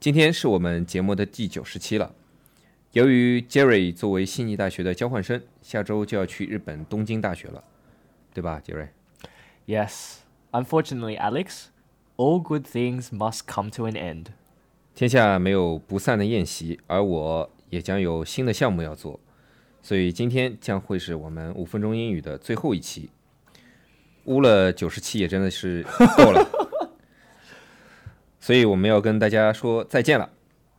今天是我们节目的第九十期了。由于 Jerry 作为悉尼大学的交换生，下周就要去日本东京大学了，对吧，Jerry？ Yes. Unfortunately, Alex, all good things must come to an end. 天下没有不散的宴席，而我也将有新的项目要做，所以今天将会是我们五分钟英语的最后一期。污了九十期也真的是够了， 所以我们要跟大家说再见了。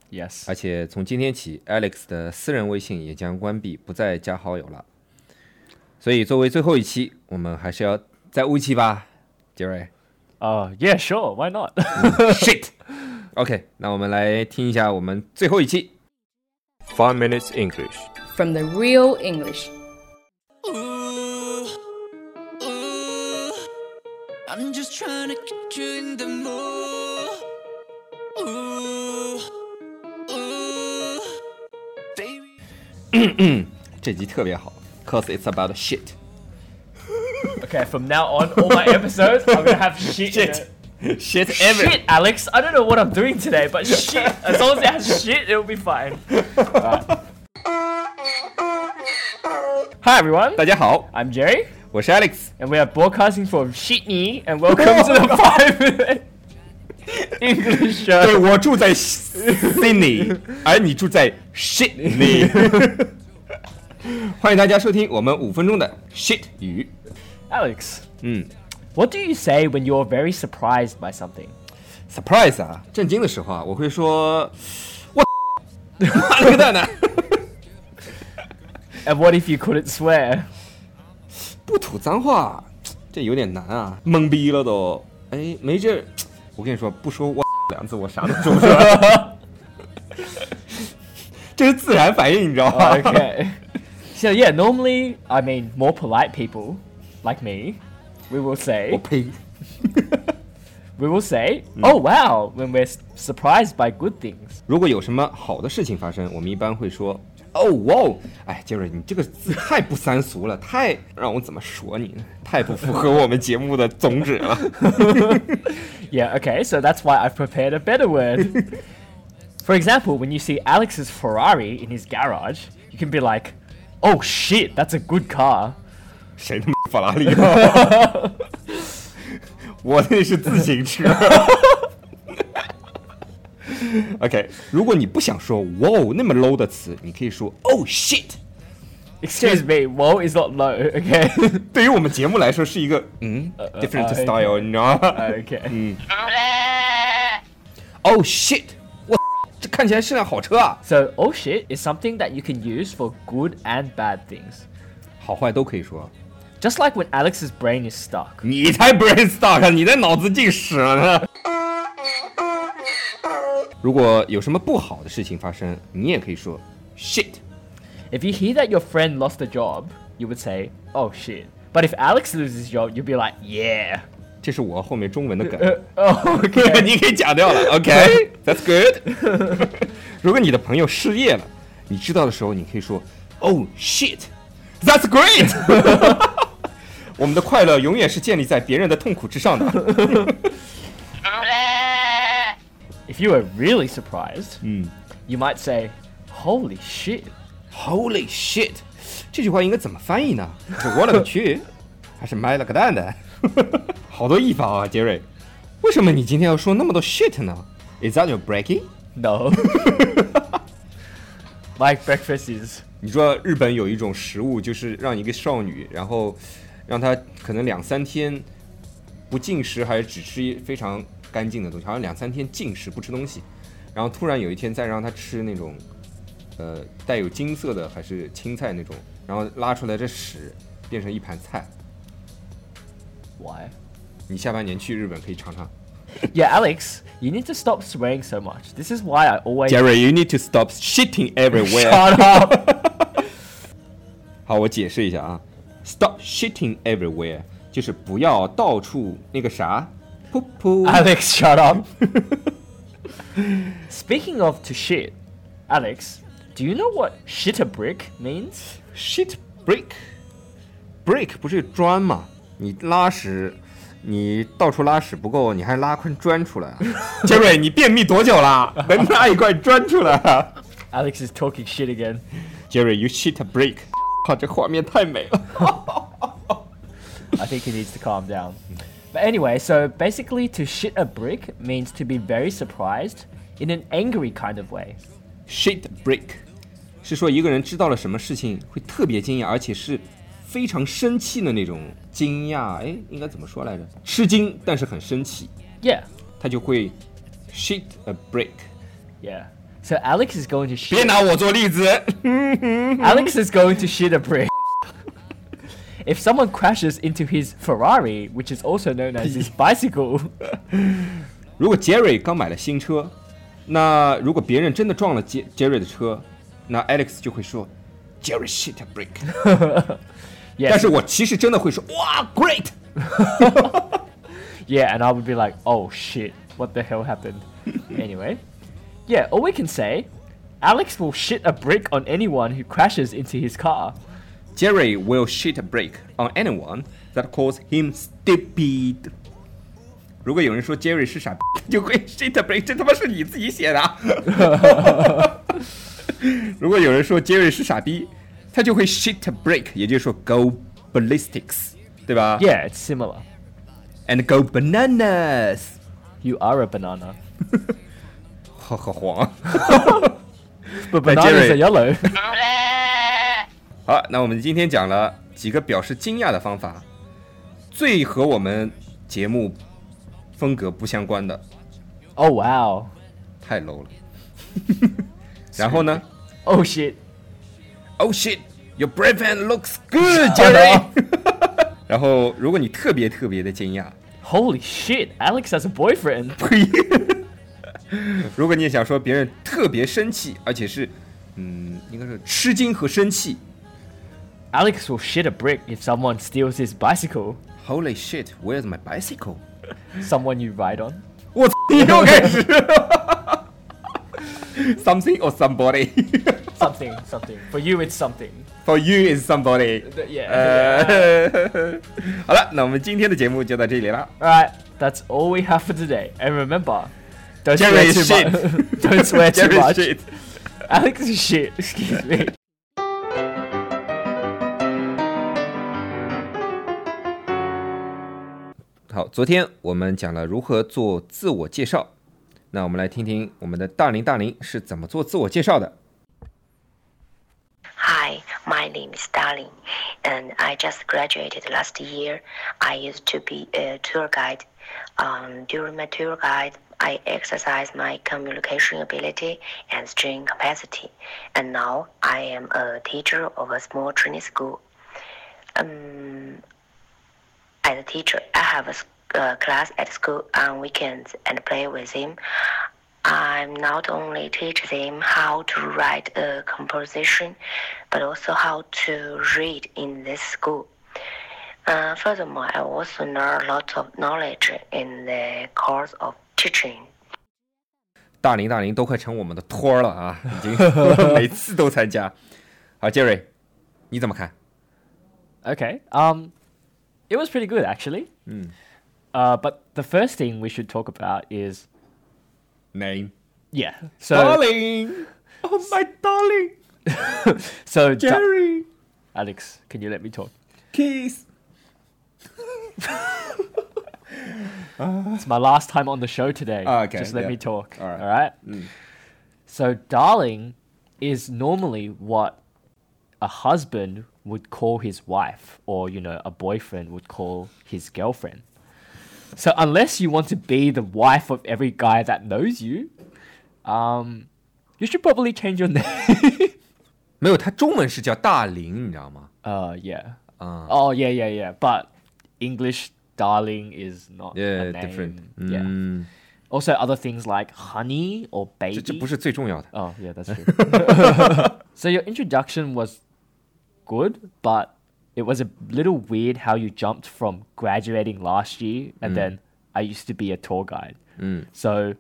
Yes. 而且从今天起，Alex 的私人微信也将关闭，不再加好友了。所以作为最后一期，我们还是要再污一期吧，杰 瑞。 Uh, yeah, sure. Why not? Shit。OK，那我们来听一下我们最后一期。Five minutes English。 from the real English. Ooh, ooh, I'm just trying to get you in the mood. Ooh, ooh, baby. 这集特别好，cause it's about shit。 okay, from now on, all my episodes, I'm gonna have shit. Shit. Shit Shit, Alex. I don't know what I'm doing today, but shit. As long as it has shit, it'll be fine. Right. Hi, everyone. 大家好， I'm Jerry, 我是 Alex。 and we are broadcasting from Sydney. And welcome to the Five Minute English Show. 对，哎我 住在 Sydney，而你住在 Shitney。欢迎大家收听我们五分钟的 shit 语。 Alex, 嗯 what do you say when you're very surprised by something? ，surprise 啊，震惊的时候啊，我会说，我 妈了个蛋呢， And what if you couldn't swear? 不吐脏话，这有点难啊，懵逼了都。哎，没这，我跟你说，不说我两次，我啥都说不出来。 这是自然反应，你知道吗 okay. so yeah, normally, I mean, more polite people like me, we will 我 say, 呸！ we will say, oh wow, when we're s- surprised by good things. 如果有什么好的事情发生，我们一般会说哦哇哦，哎，杰瑞，你这个字太不三俗了，太让我怎么说你呢？太不符合我们节目的宗旨了。 Yeah, okay, so that's why I've prepared a better word. For example, when you see Alex's Ferrari in his garage, you can be like, oh shit, that's a good car. 谁他妈法拉利、啊？ 我那是自行车。OK，如果你不想说哇哦那么 low 的词，你可以说 oh shit。 Excuse me, whoa is not low, okay? 对于我们节目来说是一个嗯 different 呃哎 style，你知道吗？ okay. Oh shit！我这看起来是辆好车啊， So, oh shit is something that you can use for good and bad things. 好坏都可以说。 Just like when Alex's brain is stuck. 你才 brain stuck，你的脑子进屎了呢。如果有什么不好的事情发生，你也可以说 shit。 If you hear that your friend lost a job, you would say, oh shit. But if Alex loses his job, you'd be like, yeah. 这是我后面中文的梗， Uh, oh, okay. 你给假掉了。OK，that's、good 。 如果你的朋友失业了，你知道的时候，你可以说 Oh shit，that's great 。我们的快乐永远是建立在别人的痛苦之上的。 if you were really surprised, you might say, holy shit. Holy shit！这句话应该怎么翻译呢？是我勒个去，还是买了个蛋蛋？好多译法啊，杰瑞。为什么你今天要说那么多 shit 呢？Is that your breaking？ No. like breakfast is. 你知道日本有一种食物，就是让一个少女，然后让她可能两三天不进食，还是只吃非常干净的东西，好像两三天禁食不吃东西，然后突然有一天再让她吃那种，呃，带有金色的还是青菜那种，呃然后拉出来这屎变成一盘菜。 Why? 你下半年去日本可以尝尝。 Yeah, Alex, you need to stop swearing so much. This is why I always. Jerry，you need to stop shitting everywhere。 Shut up! 好，我解释一下啊，stop shitting everywhere 就是不要到处那个啥，噗噗。 Alex, shut up. Speaking of to shit, Alex, do you know what shit a brick means? shit break break 不是砖嘛？你拉屎，你到处拉屎不够，你还拉块砖出 来啊！杰瑞，你便秘多久 了？能拉一块砖出来啊 Alex is talking shit again. ？Jerry，you shit a brick！靠，这画面太美了。 I think he needs to calm down. But anyway, so basically, to shit a brick means to be very surprised in an angry kind of way. shit break，是说一个人知道了什么事情会特别惊讶，而且是非常生气的那种惊讶。哎，应该怎么说来着？吃惊，但是很生气， Yeah, 他就会 shit a break。 yeah. So Alex is going to 别 shit. 拿我做例子。 Alex is going to shit a brick. If someone crashes into his Ferrari, which is also known as his bicycle, 如果杰瑞刚买了新车，那如果别人真的撞了杰杰瑞的车，那 Alex 就会说 Jerry shit a break。但 yeah, 是我其实真的会说哇 great。 yeah, and I would be like, oh shit, what the hell happened? anyway, yeah, all we can say, Alex will shit a brick on anyone who crashes into his car. Jerry will shit a break on anyone that calls him stupid。如果有人说 Jerry 是傻逼， 就会 shit a break。这他妈是你自己写的啊。 如果有人说 Jerry 是傻逼，他就会 shit a break，也就是说 go ballistics，对吧 Yeah, it's similar. ？And go bananas。 You are a banana, 好好黄。 but Hey, bananas Jerry. are yellow. 好，那我们今天讲了几个表示惊讶的方法，最和我们节目风格不相关的， oh wow. 太 low 了。 然后呢 Oh shit. ？Oh shit, your boyfriend looks good, Jerry 。 然后，如果你特别特别的惊讶， Holy shit, Alex has a boyfriend. 呸！如果你也想说别人特别生气，而且是，嗯，应该是吃惊和生气。 Alex will shit a brick if someone steals his bicycle, Holy shit, where's my bicycle？ someone you ride on. 我操，你又开始，something or somebody Something, something. For you, it's something. for you is somebody。 Yeah. 呃， 好了，那我们今天的节目就到这里了。 Alright, that's all we have for today. And remember, don't Jerry is swear too much. don't swear too Jerry much. shit. Alex is shit. Excuse me. shit 好，昨天我们讲了如何做自我介绍，那我们来听听我们的大林大林是怎么做自我介绍的。 Hi, my name is Darling, and I just graduated last year. I used to be a tour guide. Um, during my tour guide, I exercised my communication ability and string capacity, and now I am a teacher of a small training school. Um, as a teacher, I have a s- uh, class at school on weekends and play with him. I not only teach them how to write a composition, but also how to read in this school. Uh, furthermore, I also learn a lot of knowledge in the course of teaching. 大林大林都快成我们的托儿了啊，已经 每次都参加。好，杰瑞，你怎么看？ Okay. Um, it was pretty good actually. Hmm. Uh, but the first thing we should talk about is Name yeah. So darling, oh my darling, so da- Jerry, Alex, can you let me talk? kiss. It's my last time on the show today. Oh, okay, Just let yeah. me talk. All right. Mm. All right. So, darling is normally what a husband would call his wife, or, you know, a boyfriend would call his girlfriend. So, unless you want to be the wife of every guy that knows you, um, you should probably change your name. 没有，他中文是叫大林，你知道吗？ uh, yeah. Ah. oh, yeah, yeah, yeah. But English darling is not Yeah, a name. different. Yeah. Mm, Also, other things like honey or 这 baby. 这不是最重要的。 Oh, yeah, that's true. so your introduction was good, but it was a little weird how you jumped from graduating last year and then I used to be a tour guide. So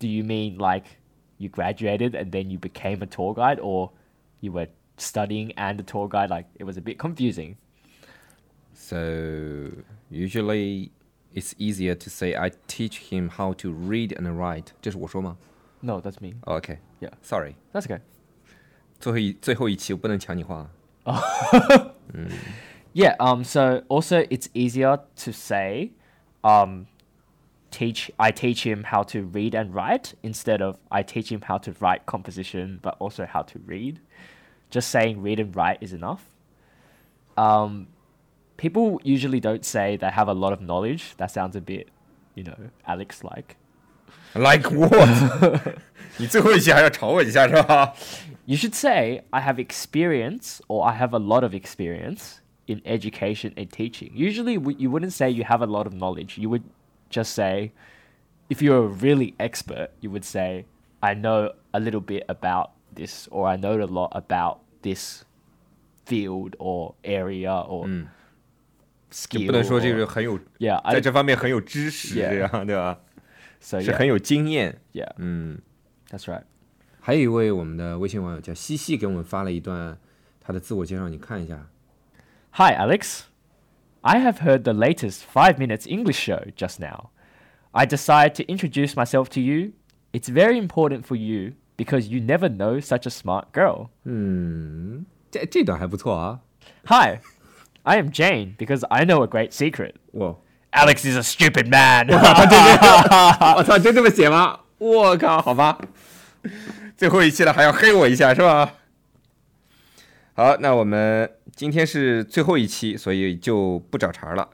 do you mean like you graduated and then you became a tour guide or you were studying and a tour guide like it was a bit confusing. So usually it's easier to say I teach him how to read and write. 这是我说吗 No, that's me. ？OK， Yeah. Sorry， That's okay. 最后一最后一期我不能抢你话。 Yeah. Um. So also, it's easier to say, um, teach. I teach him how to read and write instead of I teach him how to write composition, but also how to read. Just saying read and write is enough. Um, people usually don't say they have a lot of knowledge. That sounds a bit, you know, Alex like. Like what？你 最后一期还要吵我一下是 吧？ You should say, I have experience or I have a lot of experience in education and teaching. Usually, w- you wouldn't say you have a lot of knowledge. You would just say, if you're a really expert, you would say, I know a little bit about this or I know a lot about this field or area or 就 skill. 不能 Mm. 说这 or- 个很有 Yeah, I- 在这方面很有知识 Yeah 这样对吧？ so, 是 yeah, 很有经验。 yeah, 嗯， that's right. 还有一位我们的微信网友叫西西给我们发了一段他的自我介绍，你看一下。 Hi, Alex. I have heard the latest 5 Minutes English show just now. I decide to introduce myself to you. It's very important for you because you never know such a smart girl. 嗯，这这段还不错啊。 Hi, I am Jane because I know a great secret. 哇， Alex is a stupid man. 我操，真这么写吗？我靠，好吧，最后一期了还要黑我一下是吧？好，那我们今天是最后一期，所以就不找茬了。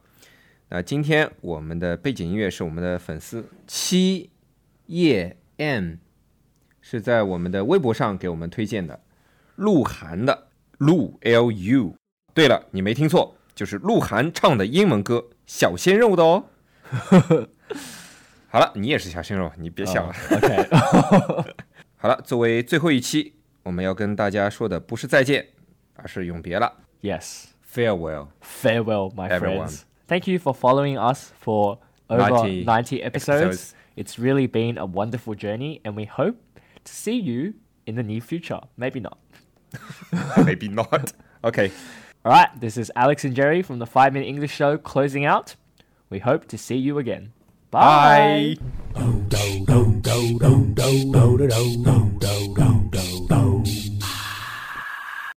那今天我们的背景音乐是我们的粉丝七叶 M，是在我们的微博上给我们推荐的，鹿晗的鹿 L U。对了，你没听错，就是鹿晗唱的英文歌《小鲜肉》的哦。好了，你也是小鲜肉，你别想了。 okay. 好了，作为最后一期，我们要跟大家说的不是再见，而是永别了 yes. ，farewell。 Farewell, my Everyone. friends. Thank you for following us for over 90, 90 episodes. episodes. It's really been a wonderful journey, and we hope to see you in the near future. Maybe not. Maybe not. OK， All right, this is Alex and Jerry from the 5 Minute English Show closing out. We hope to see you again. Bye. bye. do do do do do do do do do